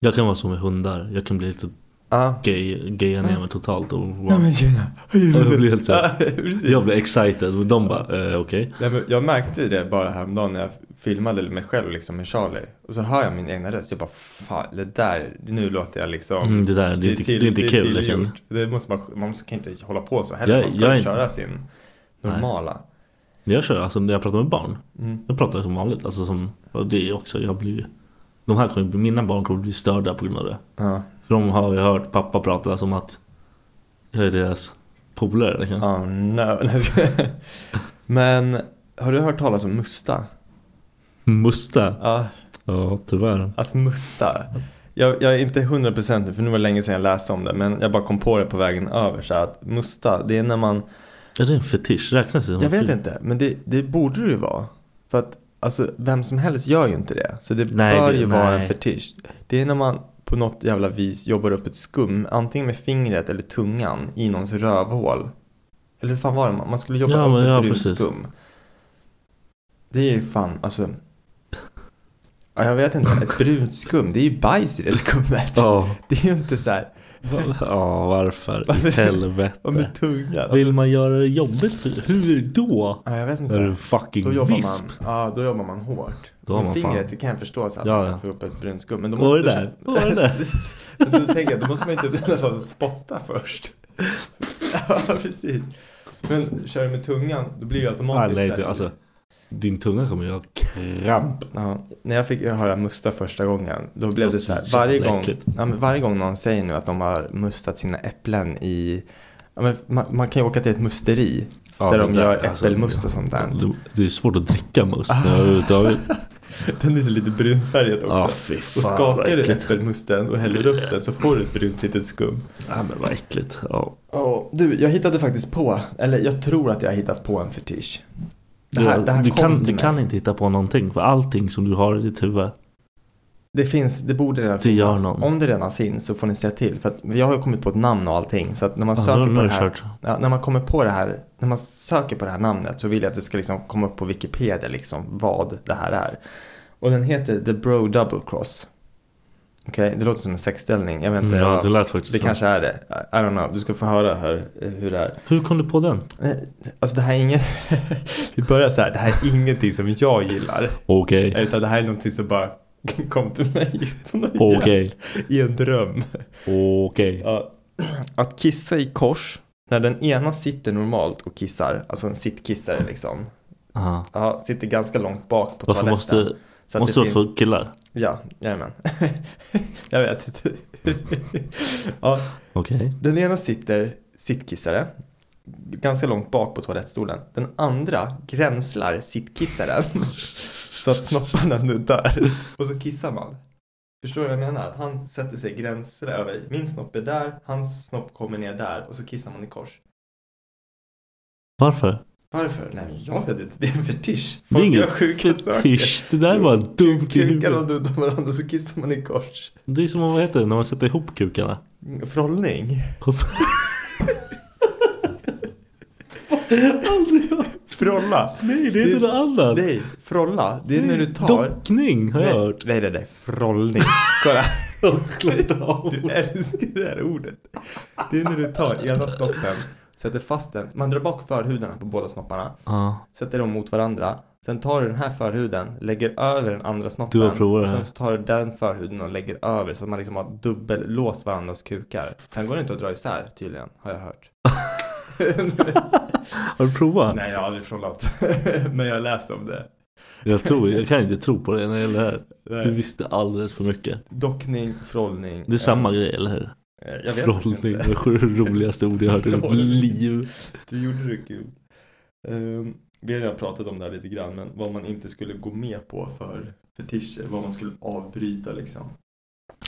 S5: Jag kan vara som med hundar. Jag kan bli lite
S6: Ja.
S5: gay, gaya ner mig totalt. Och
S6: Nej
S5: bara,
S6: men tjena.
S5: jag blir helt så här-
S6: Ja, precis.
S5: jag blir excited och de bara eh, okej.
S6: Nej, men jag märkte det bara häromdagen när jag filmade mig själv liksom med Charlie. Och så hör jag min egna röst. Jag bara fan det där. Nu låter jag liksom.
S5: Mm, det där det är inte, det är inte kul.
S6: tillgjort.
S5: Liksom.
S6: Det måste man, man måste- kan inte hålla på så heller.
S5: Jag-
S6: man ska
S5: jag är inte-
S6: köra sin normala.
S5: Men Jag kör, alltså när jag pratar med barn.
S6: Mm.
S5: Jag pratar som vanligt. Alltså som, och det är också, jag blir ju- de här kommer, bli- mina barn kommer bli störda på grund av det.
S6: Ja,
S5: För de har ju hört pappa prata som att jag är deras polare. Liksom.
S6: oh no. Nej, ska- Men har du hört talas om musta?
S5: Musta.
S6: Ja,
S5: Ja, tyvärr.
S6: att musta. Jag, jag är inte 100% nu, för nu var det länge sedan jag läste om det, men jag bara kom på det på vägen över. Så här att musta, det är när man,
S5: Är det en fetisch? Räknas det som
S6: jag
S5: en
S6: vet
S5: fetisch?
S6: inte, men det, det borde det ju vara. För att alltså, vem som helst gör ju inte det. Så det
S5: Nej,
S6: bör
S5: det-
S6: ju vara en
S5: nej.
S6: fetisch. Det är när man på något jävla vis jobbar upp ett skum, antingen med fingret eller tungan, i någons rövhål. Eller hur fan var det? Man man skulle jobba
S5: Ja, men
S6: upp
S5: ja,
S6: ett brunt
S5: precis.
S6: skum. Det är ju fan, alltså. Ja, jag vet inte, ett brunt skum, det är ju bajs i det skummet.
S5: Ja,
S6: Det är ju inte så här,
S5: Ja, varför? I
S6: Varför? och
S5: helvete.
S6: med tungan. Alltså,
S5: Vill man göra det jobbigt? för- Hur då?
S6: ja, jag vet
S5: Är du
S6: inte.
S5: en fucking
S6: Då jobbar
S5: visp?
S6: man, ja, då jobbar man hårt.
S5: Då har
S6: Med
S5: man
S6: fingret,
S5: fan-
S6: det kan jag förstå så att
S5: Ja,
S6: man kan
S5: ja.
S6: få upp ett brunt skum. Men då
S5: Vad
S6: måste
S5: är det där? Vad är det där?
S6: Men då tänker jag, då måste man ju typ nästan spotta först. ja, precis. Men kör du med tungan, då blir det
S5: Ah,
S6: automatiskt
S5: nej,
S6: så här-
S5: du, alltså, din tunga kommer ju ha kramp.
S6: Ja, när jag fick höra musta första gången, då blev
S5: Det
S6: det så här,
S5: låter så
S6: varje
S5: jävla
S6: gång,
S5: äckligt.
S6: ja, men varje gång någon säger nu att de har mustat sina äpplen i, ja, men man, man kan ju åka till ett musteri,
S5: Ja,
S6: där
S5: det
S6: de
S5: där,
S6: gör
S5: alltså,
S6: äppelmust och sånt där.
S5: Det, det är svårt att dricka must när överhuvudtaget.
S6: Den är lite brunfärgad Ah. också.
S5: Ja, fy fan
S6: och
S5: vad
S6: skakar du
S5: äckligt.
S6: äppelmusten och häller upp den så får du ett brunt litet skum.
S5: Ja men vad äckligt. Ja.
S6: Ja, du, jag hittade faktiskt på, eller jag tror att jag har hittat på en fetisch. Det
S5: Du,
S6: här, det här
S5: du,
S6: kom
S5: kan,
S6: till
S5: du
S6: mig.
S5: kan inte hitta på någonting för allting som du har i ditt huvud.
S6: Det finns, det borde redan
S5: Det
S6: finnas.
S5: gör någon.
S6: Om det redan finns så får ni säga till. För att jag har ju kommit på ett namn och allting. Så att när man
S5: Ja,
S6: söker
S5: nu
S6: på
S5: är
S6: det
S5: det
S6: här.
S5: kört.
S6: Ja, när man kommer på det här. När man söker på det här namnet så vill jag att det ska liksom komma upp på Wikipedia liksom vad det här är. Och den heter The Bro Double Cross. Okej, det låter som en sexställning. Jag vet inte.
S5: Mm, ja,
S6: vad-
S5: det lät faktiskt
S6: det
S5: så.
S6: kanske är det. I- I don't know. Du ska få höra här eh, hur det är.
S5: Hur kom du på den?
S6: Eh, Alltså det här är inget... Vi börjar så här. Det här är ingenting som jag gillar.
S5: Okej.
S6: Utan det här är någonting som bara kom till mig. på något
S5: Okej.
S6: sätt. I en dröm.
S5: Okej.
S6: Ja. Att kissa i kors. När den ena sitter normalt och kissar. Alltså en sittkissare liksom.
S5: Aha.
S6: Ja, sitter ganska långt bak på
S5: Varför
S6: toaletten.
S5: måste,
S6: Så att
S5: måste
S6: det
S5: det vara för killar?
S6: Ja, jajamän. jag vet inte. ja,
S5: Okej.
S6: den ena sitter sittkissare. Ganska långt bak på toalettstolen. Den andra gränslar sittkissaren. så att snopparna nuddar. Och så kissar man. Förstår du vad jag menar? Han sätter sig gränser över. Min snopp är där, hans snopp kommer ner där. Och så kissar man i kors.
S5: Varför?
S6: Varför? Nej, jag vet inte. Det är en fetisch.
S5: Det är
S6: gör
S5: ingen
S6: sjuka saker.
S5: fetisch. Det där var dumt i
S6: Kukarna
S5: huvudet.
S6: nuddar varandra och så kissar man i kors.
S5: Det är som vad heter det, när man sätter ihop kukarna.
S6: Frollning.
S5: Aldrig hört.
S6: Frolla.
S5: Nej, det är inte något annat.
S6: Nej, frolla. Det är när du tar.
S5: Dockning har jag
S6: nej,
S5: hört.
S6: nej, nej, nej. Frollning. Kolla.
S5: Klart av.
S6: Du älskar det här ordet. Det är när du tar ena snoppen, sätter fast den. Man drar bak förhudarna på båda snopparna.
S5: Ja.
S6: Sätter dem mot varandra. Sen tar du den här förhuden, lägger över den andra snoppen.
S5: Du har provat det
S6: och
S5: här.
S6: Sen så tar du den förhuden och lägger över så att man liksom har dubbellåst varandras kukar. Sen går det inte att dra isär tydligen, har jag hört.
S5: Har du provat?
S6: Nej, jag har aldrig frollat. Men jag har läst om det.
S5: Jag, tror, jag kan inte tro på det när det gäller det här.
S6: Nej.
S5: Du visste alldeles för mycket.
S6: Dockning, frollning.
S5: Det är samma grej, eller hur?
S6: Eh, Jag vet faktiskt
S5: Frollning,
S6: inte.
S5: det är det roligaste ord jag hört i mitt
S6: Frollning.
S5: liv.
S6: Du gjorde det kul. Ehm, vi har redan pratat om det här lite grann, men vad man inte skulle gå med på för fetischer, vad man skulle avbryta liksom.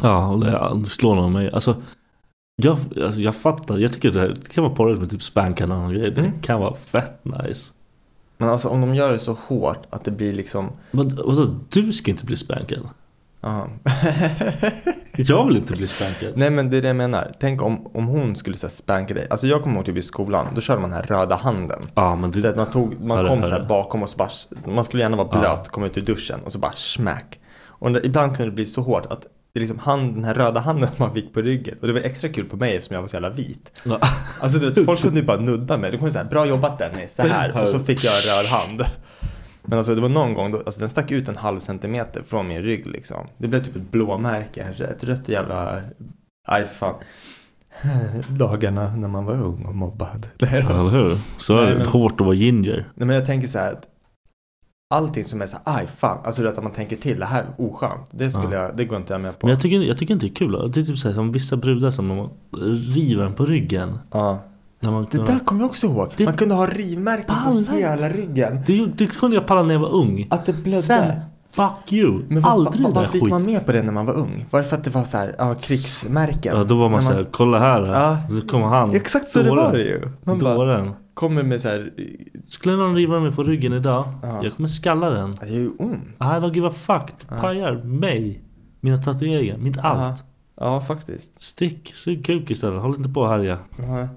S5: Ja, och det slår någon mig. Alltså, jag, alltså, jag fattar. Jag tycker det, här, det kan vara porrigt med typ spamkanon och grejer. Det
S6: Mm.
S5: kan vara fett nice.
S6: Men alltså om de gör det så hårt att det blir liksom,
S5: Men vadå, du ska inte bli spankad?
S6: aha.
S5: Jag vill inte bli spankad.
S6: Nej men det är det jag menar. Tänk om, om hon skulle så här, spanka dig. Alltså jag kommer ihåg typ i skolan, då körde man den här röda handen.
S5: Ja, men
S6: Det är att
S5: det,
S6: man tog,
S5: Ja,
S6: man
S5: det
S6: kom
S5: hör
S6: så här
S5: jag.
S6: bakom och så bara, man skulle gärna vara
S5: Ja.
S6: blöt, komma ut ur duschen och så bara smack. Och det, ibland kunde det bli så hårt att det liksom hand, den här röda handen man fick på ryggen. Och det var extra kul på mig eftersom jag var så jävla vit.
S5: Ja.
S6: Alltså du vet, folk kunde ju bara nudda mig. De kunde säga bra jobbat Dennis, så här. Och så fick jag en röd hand. Men alltså det var någon gång, då, alltså den stack ut en halv centimeter från min rygg liksom. Det blev typ ett blåmärke, ett rött jävla, aj fan. Dagarna när man var ung och mobbad. Nej, då.
S5: eller hur? Så
S6: Nej,
S5: är det
S6: men-
S5: hårt att vara ginger.
S6: Nej men jag tänker så här att allting som är så här, aj fan, alltså det att man tänker till, det här är oskönt. Det skulle jag, det går inte jag med på.
S5: Men jag tycker, jag tycker inte det är kul. Det är typ så här, som vissa brudar som de river en på ryggen.
S6: ja.
S5: När man,
S6: Det där kommer jag också ihåg.
S5: Det-
S6: man kunde ha rivmärken
S5: Ballar.
S6: på hela ryggen.
S5: det, gjorde- det kunde jag palla när jag var ung.
S6: Att det blödde.
S5: Sen, fuck you.
S6: Men vad,
S5: Aldrig
S6: vad,
S5: den
S6: vad
S5: där
S6: fick
S5: skiten.
S6: man med på det när man var ung? Var det för att det var så här, ja, krigsmärken?
S5: Ja, då var man, så
S6: När
S5: såhär, kolla här. mm,
S6: Ja.
S5: Så kommer han.
S6: Exakt så det var det ju. Man bara
S5: Dåren.
S6: kommer med så här,
S5: Skulle någon riva mig på ryggen idag,
S6: Ja.
S5: jag kommer skalla den.
S6: det är ju ont.
S5: I don't give a fuck. Du pajar mig, mina tatueringar, mitt
S6: Ja.
S5: allt.
S6: Ja, faktiskt.
S5: Stick, sug kuk istället. Håll inte på och härja.
S6: Nej. Uh-huh.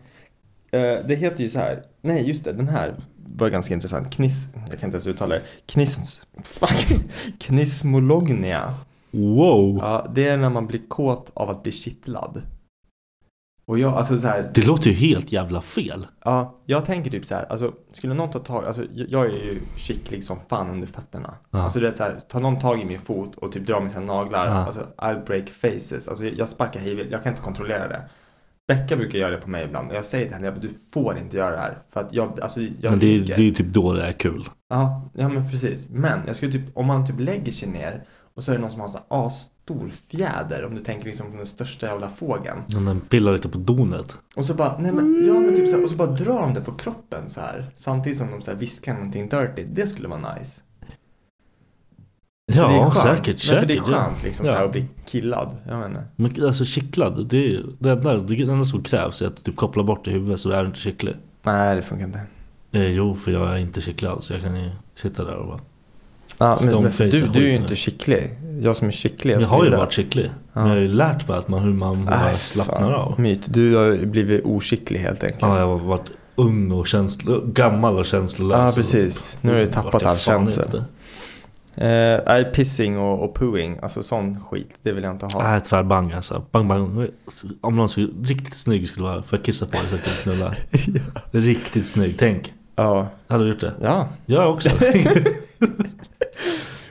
S6: Eh, det heter ju så här. Nej, just det. Den här var ganska intressant. Knis... Jag kan inte ens uttala det. Knis... Fuck. Knismolognia.
S5: Wow!
S6: Ja, det är när man blir kåt av att bli kittlad. Och jag, alltså så här.
S5: Det låter ju helt jävla fel.
S6: Ja, jag tänker typ så här. Alltså, skulle någon ta tag... Alltså, jag- jag är ju kittlig som fan under fötterna.
S5: Ja.
S6: Alltså, du vet så här. Tar någon tag i min fot och typ drar med sina naglar.
S5: Ja.
S6: Alltså, I break faces. Alltså, jag sparkar hej Jag kan inte kontrollera det. Becka brukar göra det på mig ibland och jag säger till henne jag bara, du får inte göra det här. För att jag, alltså jag
S5: Men det är, det
S6: ryker."
S5: är ju typ då det är kul.
S6: Ja, ja men precis. Men jag skulle typ, om man typ lägger sig ner och så är det någon som har en sån här asstor fjäder om du tänker liksom från den största jävla fågeln.
S5: När den pillar lite på donet.
S6: Och så bara, nej men, ja men typ så här, och så bara drar de det på kroppen så här. Samtidigt som de så här viskar någonting dirty. Det skulle vara nice. För det är
S5: Ja,
S6: skönt.
S5: säkert.
S6: Men
S5: säkert.
S6: för det är
S5: ja.
S6: skönt liksom
S5: ja.
S6: så här att bli killad. Jag menar.
S5: Men alltså kittlad, det är ju det enda, det enda som krävs är att du typ kopplar bort i huvudet så är du inte kittlig.
S6: Nej, det funkar inte.
S5: Eh, jo, för jag är inte kittlad så jag kan ju sitta där och bara...
S6: Ja, men, men för
S5: Stoneface
S6: du,
S5: är
S6: du är ju
S5: skiten.
S6: inte kittlig. Jag som är kittlig.
S5: Jag,
S6: skulle
S5: har ju
S6: vilja-
S5: varit kittlig. Men jag har ju lärt mig att man, hur man bara
S6: Nej,
S5: slappnar
S6: fan.
S5: av.
S6: Myt, du har ju blivit oskicklig helt enkelt.
S5: Ja, jag har varit ung och känslo, gammal och känslolös.
S6: Ja,
S5: och
S6: precis. Nu har du
S5: vart
S6: tappat
S5: jag
S6: all
S5: fan
S6: känsel.
S5: inte.
S6: Eh, nej, pissing och, och pooing, alltså sån skit, det vill jag inte ha.
S5: Nej, tvärbang alltså. Bang bang. Om någon skulle, riktigt snygg skulle vara för att kissa på dig så att du knullar. Riktigt snygg, tänk.
S6: Ja.
S5: Hade du gjort det?
S6: ja.
S5: Jag också.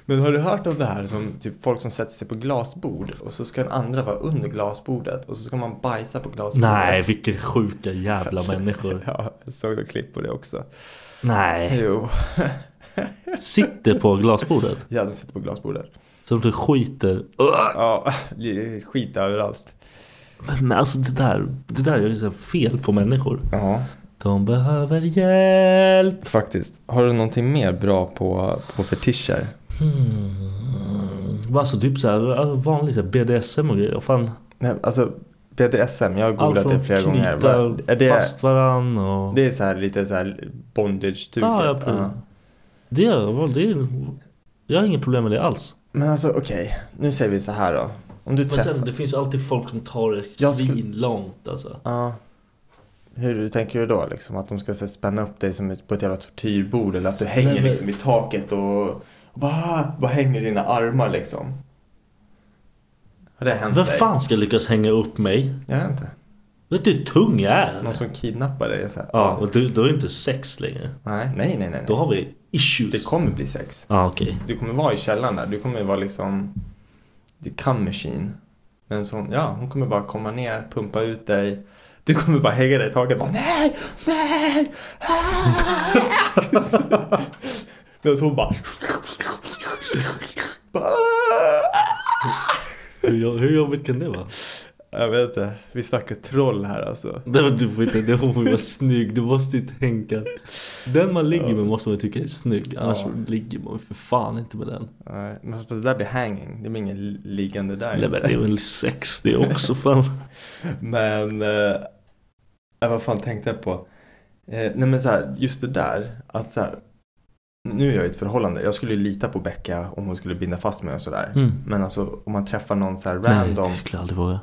S6: Men har du hört om det här som typ folk som sätter sig på glasbord och så ska den andra vara under glasbordet och så ska man bajsa på glasbordet?
S5: Nej, vilka sjuka jävla människor.
S6: Ja, jag såg ett klipp på det också.
S5: Nej,
S6: Jo,
S5: sitter på glasbordet.
S6: jag hade sitter på glasbordet.
S5: Som du skiter. Ugh.
S6: Ja, det är skit överallt.
S5: Men alltså det där, det där gör ju så här fel på människor.
S6: Ja,
S5: De behöver hjälp.
S6: faktiskt. Har du någonting mer bra på, på fetischer?
S5: Alltså typ såhär alltså, vanlig så här BDSM och grejer. Och fan,
S6: Nej, alltså BDSM, jag har
S5: allt
S6: googlat
S5: från
S6: det flera gånger.
S5: Alltså, knyta
S6: Vad- Är det,
S5: fast varann och...
S6: det är så här lite så här typ, bondage-stuket.
S5: Ja, ja, precis. Det, är- det är, jag har inget problem med det alls.
S6: Men alltså okej, nu säger vi så här då. Om du
S5: Men
S6: träffar...
S5: sen det finns alltid folk som tar det
S6: Jag skulle-
S5: svinlångt alltså.
S6: Ja. Hur tänker du då? Liksom, att de ska så, här, spänna upp dig som ett- på ett jävla tortyrbord eller att du hänger
S5: Nej, men-
S6: liksom i taket och, och bara, bara hänger i dina armar liksom? Har det hänt
S5: Vem
S6: dig?
S5: fan ska lyckas hänga upp mig?
S6: Jag vet inte.
S5: Vet du hur tung jag är?
S6: Någon som kidnappar dig? och Så här.
S5: Ja, och du, då är det inte sex längre.
S6: Nej, nej, nej, nej.
S5: Då
S6: nej.
S5: har vi issues.
S6: Det kommer bli sex.
S5: Ja, okej.
S6: Du kommer vara i källaren där. Du kommer vara liksom the cum machine. Men så, ja, hon kommer bara komma ner, pumpa ut dig. Du kommer bara hänga dig i taket bara nej, nej, ah! Så- Men så hon bara... bara,
S5: Hur, jo- hur jobbigt kan det vara?
S6: Jag vet inte, vi snackar troll här alltså.
S5: Nej men du får inte, det får ju vara snygg, du måste ju tänka att Den man ligger med måste man ju tycka är snygg, annars
S6: Ja.
S5: ligger man ju för fan inte med den
S6: Nej, Men det där blir hanging, det blir inget liggande där.
S5: Nej men det är väl sex det också fan
S6: Men eh, eh, vad fan tänkte jag på? Eh, nej men så här, just det där att så här, nu är jag i ett förhållande. Jag skulle ju lita på Becka om hon skulle binda fast mig och sådär.
S5: Mm.
S6: Men alltså om man träffar någon så här
S5: Nej,
S6: random.
S5: det
S6: Nej.
S5: skulle jag aldrig våga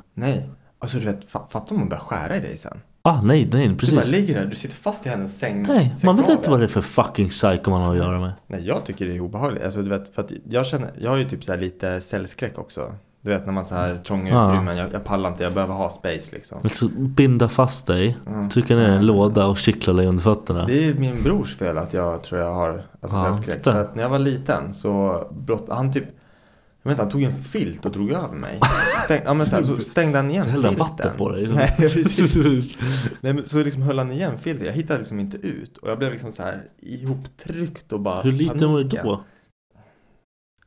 S6: Alltså du vet, fa- fatta om hon börjar skära i dig sen.
S5: Ah nej, nej
S6: Du bara
S5: precis
S6: ligger där, du sitter fast i hennes säng.
S5: Nej, man vet
S6: sänggavel.
S5: inte vad det är för fucking psycho man har att göra med
S6: Nej jag tycker det är obehagligt. Alltså du vet, för att jag känner, jag har ju typ så här lite cellskräck också. Du vet när man så här trånga
S5: Ja.
S6: utrymmen, jag, jag pallar inte, jag behöver ha space liksom.
S5: alltså, Binda fast dig, trycka ner en låda och kittla dig under fötterna
S6: Mm. Det är min brors fel att jag tror jag har alltså,
S5: Ja,
S6: cellskräck.
S5: titta.
S6: För att när jag var liten så brott, han typ jag vet inte, han tog en filt och drog över mig. Så, stäng, ja, men så, här, så stängde han igen
S5: Så hällde han
S6: filten.
S5: vatten på dig.
S6: Nej, precis. Nej, men, så liksom höll han igen filten. Jag hittade liksom inte ut. Och jag blev liksom så här ihoptryckt och bara
S5: Hur liten var du
S6: paniken.
S5: då?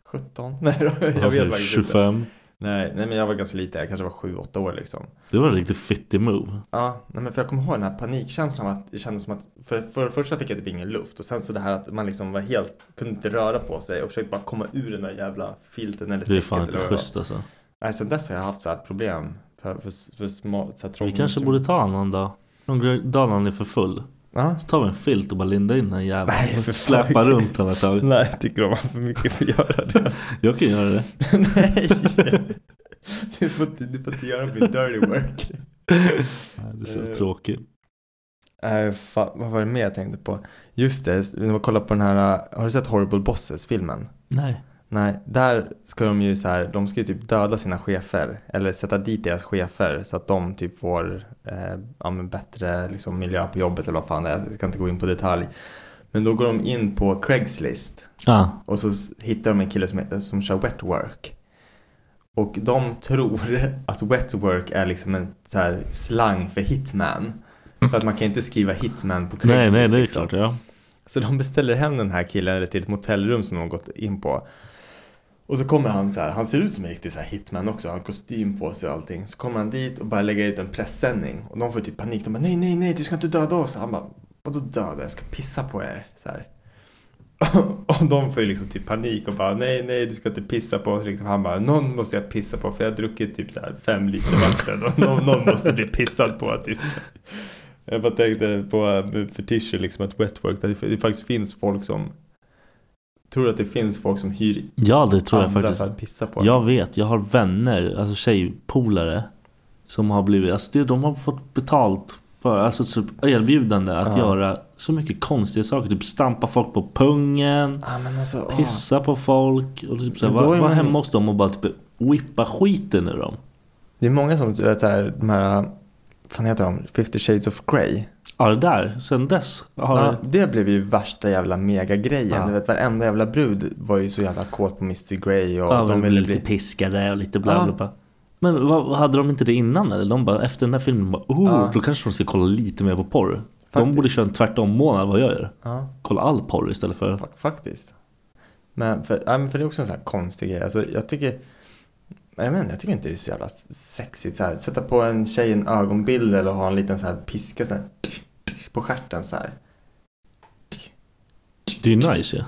S6: 17? Nej, då, jag vet faktiskt inte.
S5: 25
S6: Nej, nej, men jag var ganska liten. Jag kanske var 7-8 år liksom.
S5: Det var en riktigt fittig move
S6: Ja, nej men för jag kommer ihåg den här panikkänslan av att det kändes som att för, för det första fick jag typ ingen luft och sen så det här att man liksom var helt, kunde inte röra på sig och försökte bara komma ur den där jävla filten eller
S5: Det är
S6: täcket
S5: fan
S6: eller
S5: inte
S6: vad det var.
S5: schysst alltså
S6: Nej, sen dess har jag haft så här problem för, för, för små, så här
S5: Vi
S6: trång-
S5: kanske borde ta en annan dag Någon dag när han är för full
S6: Ja.
S5: Så tar vi en filt och bara lindar in den jäveln
S6: Nej, för
S5: och släpar
S6: fan.
S5: runt den ett tag
S6: Nej, jag tycker de har för mycket för att göra det.
S5: Jag kan göra det
S6: Nej! Du får, inte- du får inte göra min dirty work.
S5: Det är så tråkigt
S6: Nej, fa- vad var det mer jag tänkte på? Just det, när man kollar på den här, har du sett Horrible Bosses-filmen?
S5: Nej
S6: Nej, där ska de ju så här, de ska ju typ döda sina chefer eller sätta dit deras chefer så att de typ får eh, ja, men bättre liksom, miljö på jobbet eller vad fan det är. Jag ska inte gå in på detalj. Men då går de in på Craigslist
S5: ah,
S6: och så s- hittar de en kille som, heter- som kör wet work. Och de tror att wet work är liksom en så här slang för hitman. För att man kan inte skriva hitman på
S5: Nej
S6: Craigslist.
S5: nej det är
S6: liksom.
S5: klart ja
S6: Så de beställer hem den här killen till ett motellrum som de har gått in på. Och så kommer han så här, han ser ut som en riktig så här hitman också, han har kostym på sig och allting. Så kommer han dit och bara lägger ut en pressändning. Och de får typ panik, de bara nej, nej, nej, du ska inte döda oss. Han bara, vadå döda, jag ska pissa på er. Så här. Och de får ju liksom typ panik och bara nej, nej, du ska inte pissa på oss. Liksom, han bara, någon måste jag pissa på för jag har druckit typ så här fem liter vatten och någon, någon måste bli pissad på. Typ. så här. Jag bara tänkte på eh, fetischer, liksom att wetwork, att det, det faktiskt finns folk som tror att det finns folk som hyr
S5: Ja det tror jag
S6: andra
S5: faktiskt
S6: för att pissa på
S5: Jag vet, jag har vänner, alltså tjejpolare Som har blivit, alltså det, de har fått betalt för, alltså typ erbjudande att göra så mycket konstiga saker. Typ stampa folk på pungen,
S6: Ja, men alltså, åh.
S5: pissa på folk och typ så här,
S6: Men då
S5: var,
S6: är
S5: var
S6: man-
S5: hemma hos dem och bara typ whippa skiten ur dem.
S6: Det är många som, du vet, så här, de här, fan heter de, 50 shades of grey.
S5: Ja det där, sen dess har Ah.
S6: Ja,
S5: det-
S6: det blev ju värsta jävla megagrejen.
S5: Ja.
S6: Du vet, varenda jävla brud var ju så jävla kåt på Mr Grey och
S5: ja, de
S6: de
S5: blir
S6: ville
S5: lite
S6: bli...
S5: piskade och lite bla
S6: Ja.
S5: bla bla. Men vad, hade de inte det innan eller? De bara efter den här filmen bara oh,
S6: Ja.
S5: då kanske de ska kolla lite mer på porr. De
S6: Faktiskt.
S5: borde köra en tvärtom månad vad jag gör.
S6: Ja,
S5: Kolla all porr istället för
S6: fa- faktiskt. Men för, ja, men för det är också en sån här konstig grej. Alltså, jag tycker... Jag, menar, jag tycker inte det är så jävla sexigt. Så här. Sätta på en tjej en ögonbild eller ha en liten så här piska så här, på stjärten så här.
S5: Det är ju nice ju. Ja.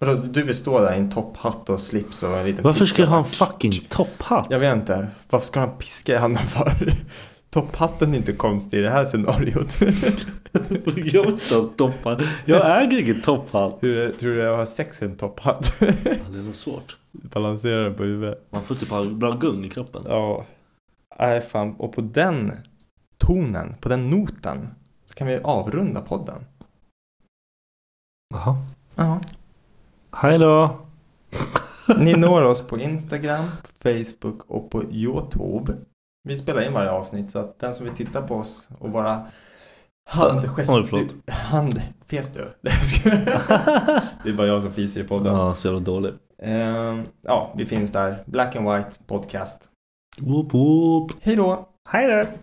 S6: Vadå, du vill stå där i en topphatt och slips och en liten
S5: Varför ska
S6: piska?
S5: jag ha en fucking topphatt?
S6: Jag vet inte. Varför ska han ha en piska i handen för? Topphatten är inte konstig i det här scenariot.
S5: Jag vill inte ha en topphatt. Jag äger ingen topphatt.
S6: Hur är, tror du det var sex i en topphatt?
S5: Det är nog svårt.
S6: Balansera den på huvudet.
S5: Man får typ ha bra gung i kroppen.
S6: Ja. Nej fan, och på den tonen, på den noten så kan vi avrunda podden.
S5: Jaha.
S6: Ja.
S5: Hej då.
S6: Ni når oss på Instagram, Facebook och på Youtube. Vi spelar in varje avsnitt så att den som vill titta på oss och våra
S5: Oj,
S6: handgester...
S5: förlåt.
S6: Hand... Fes du? Det är bara jag som fiser i podden.
S5: Ja, så jävla dålig.
S6: Ehm, ja, vi finns där. Black and White Podcast.
S5: Woop woop.
S6: Hej då!
S5: Hej då.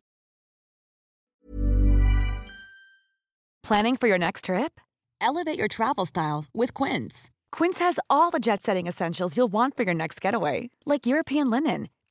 S8: Planning for your next trip? Elevate your travel style with Quince. Quince has all the jet setting essentials you'll want for your next getaway, like European linen,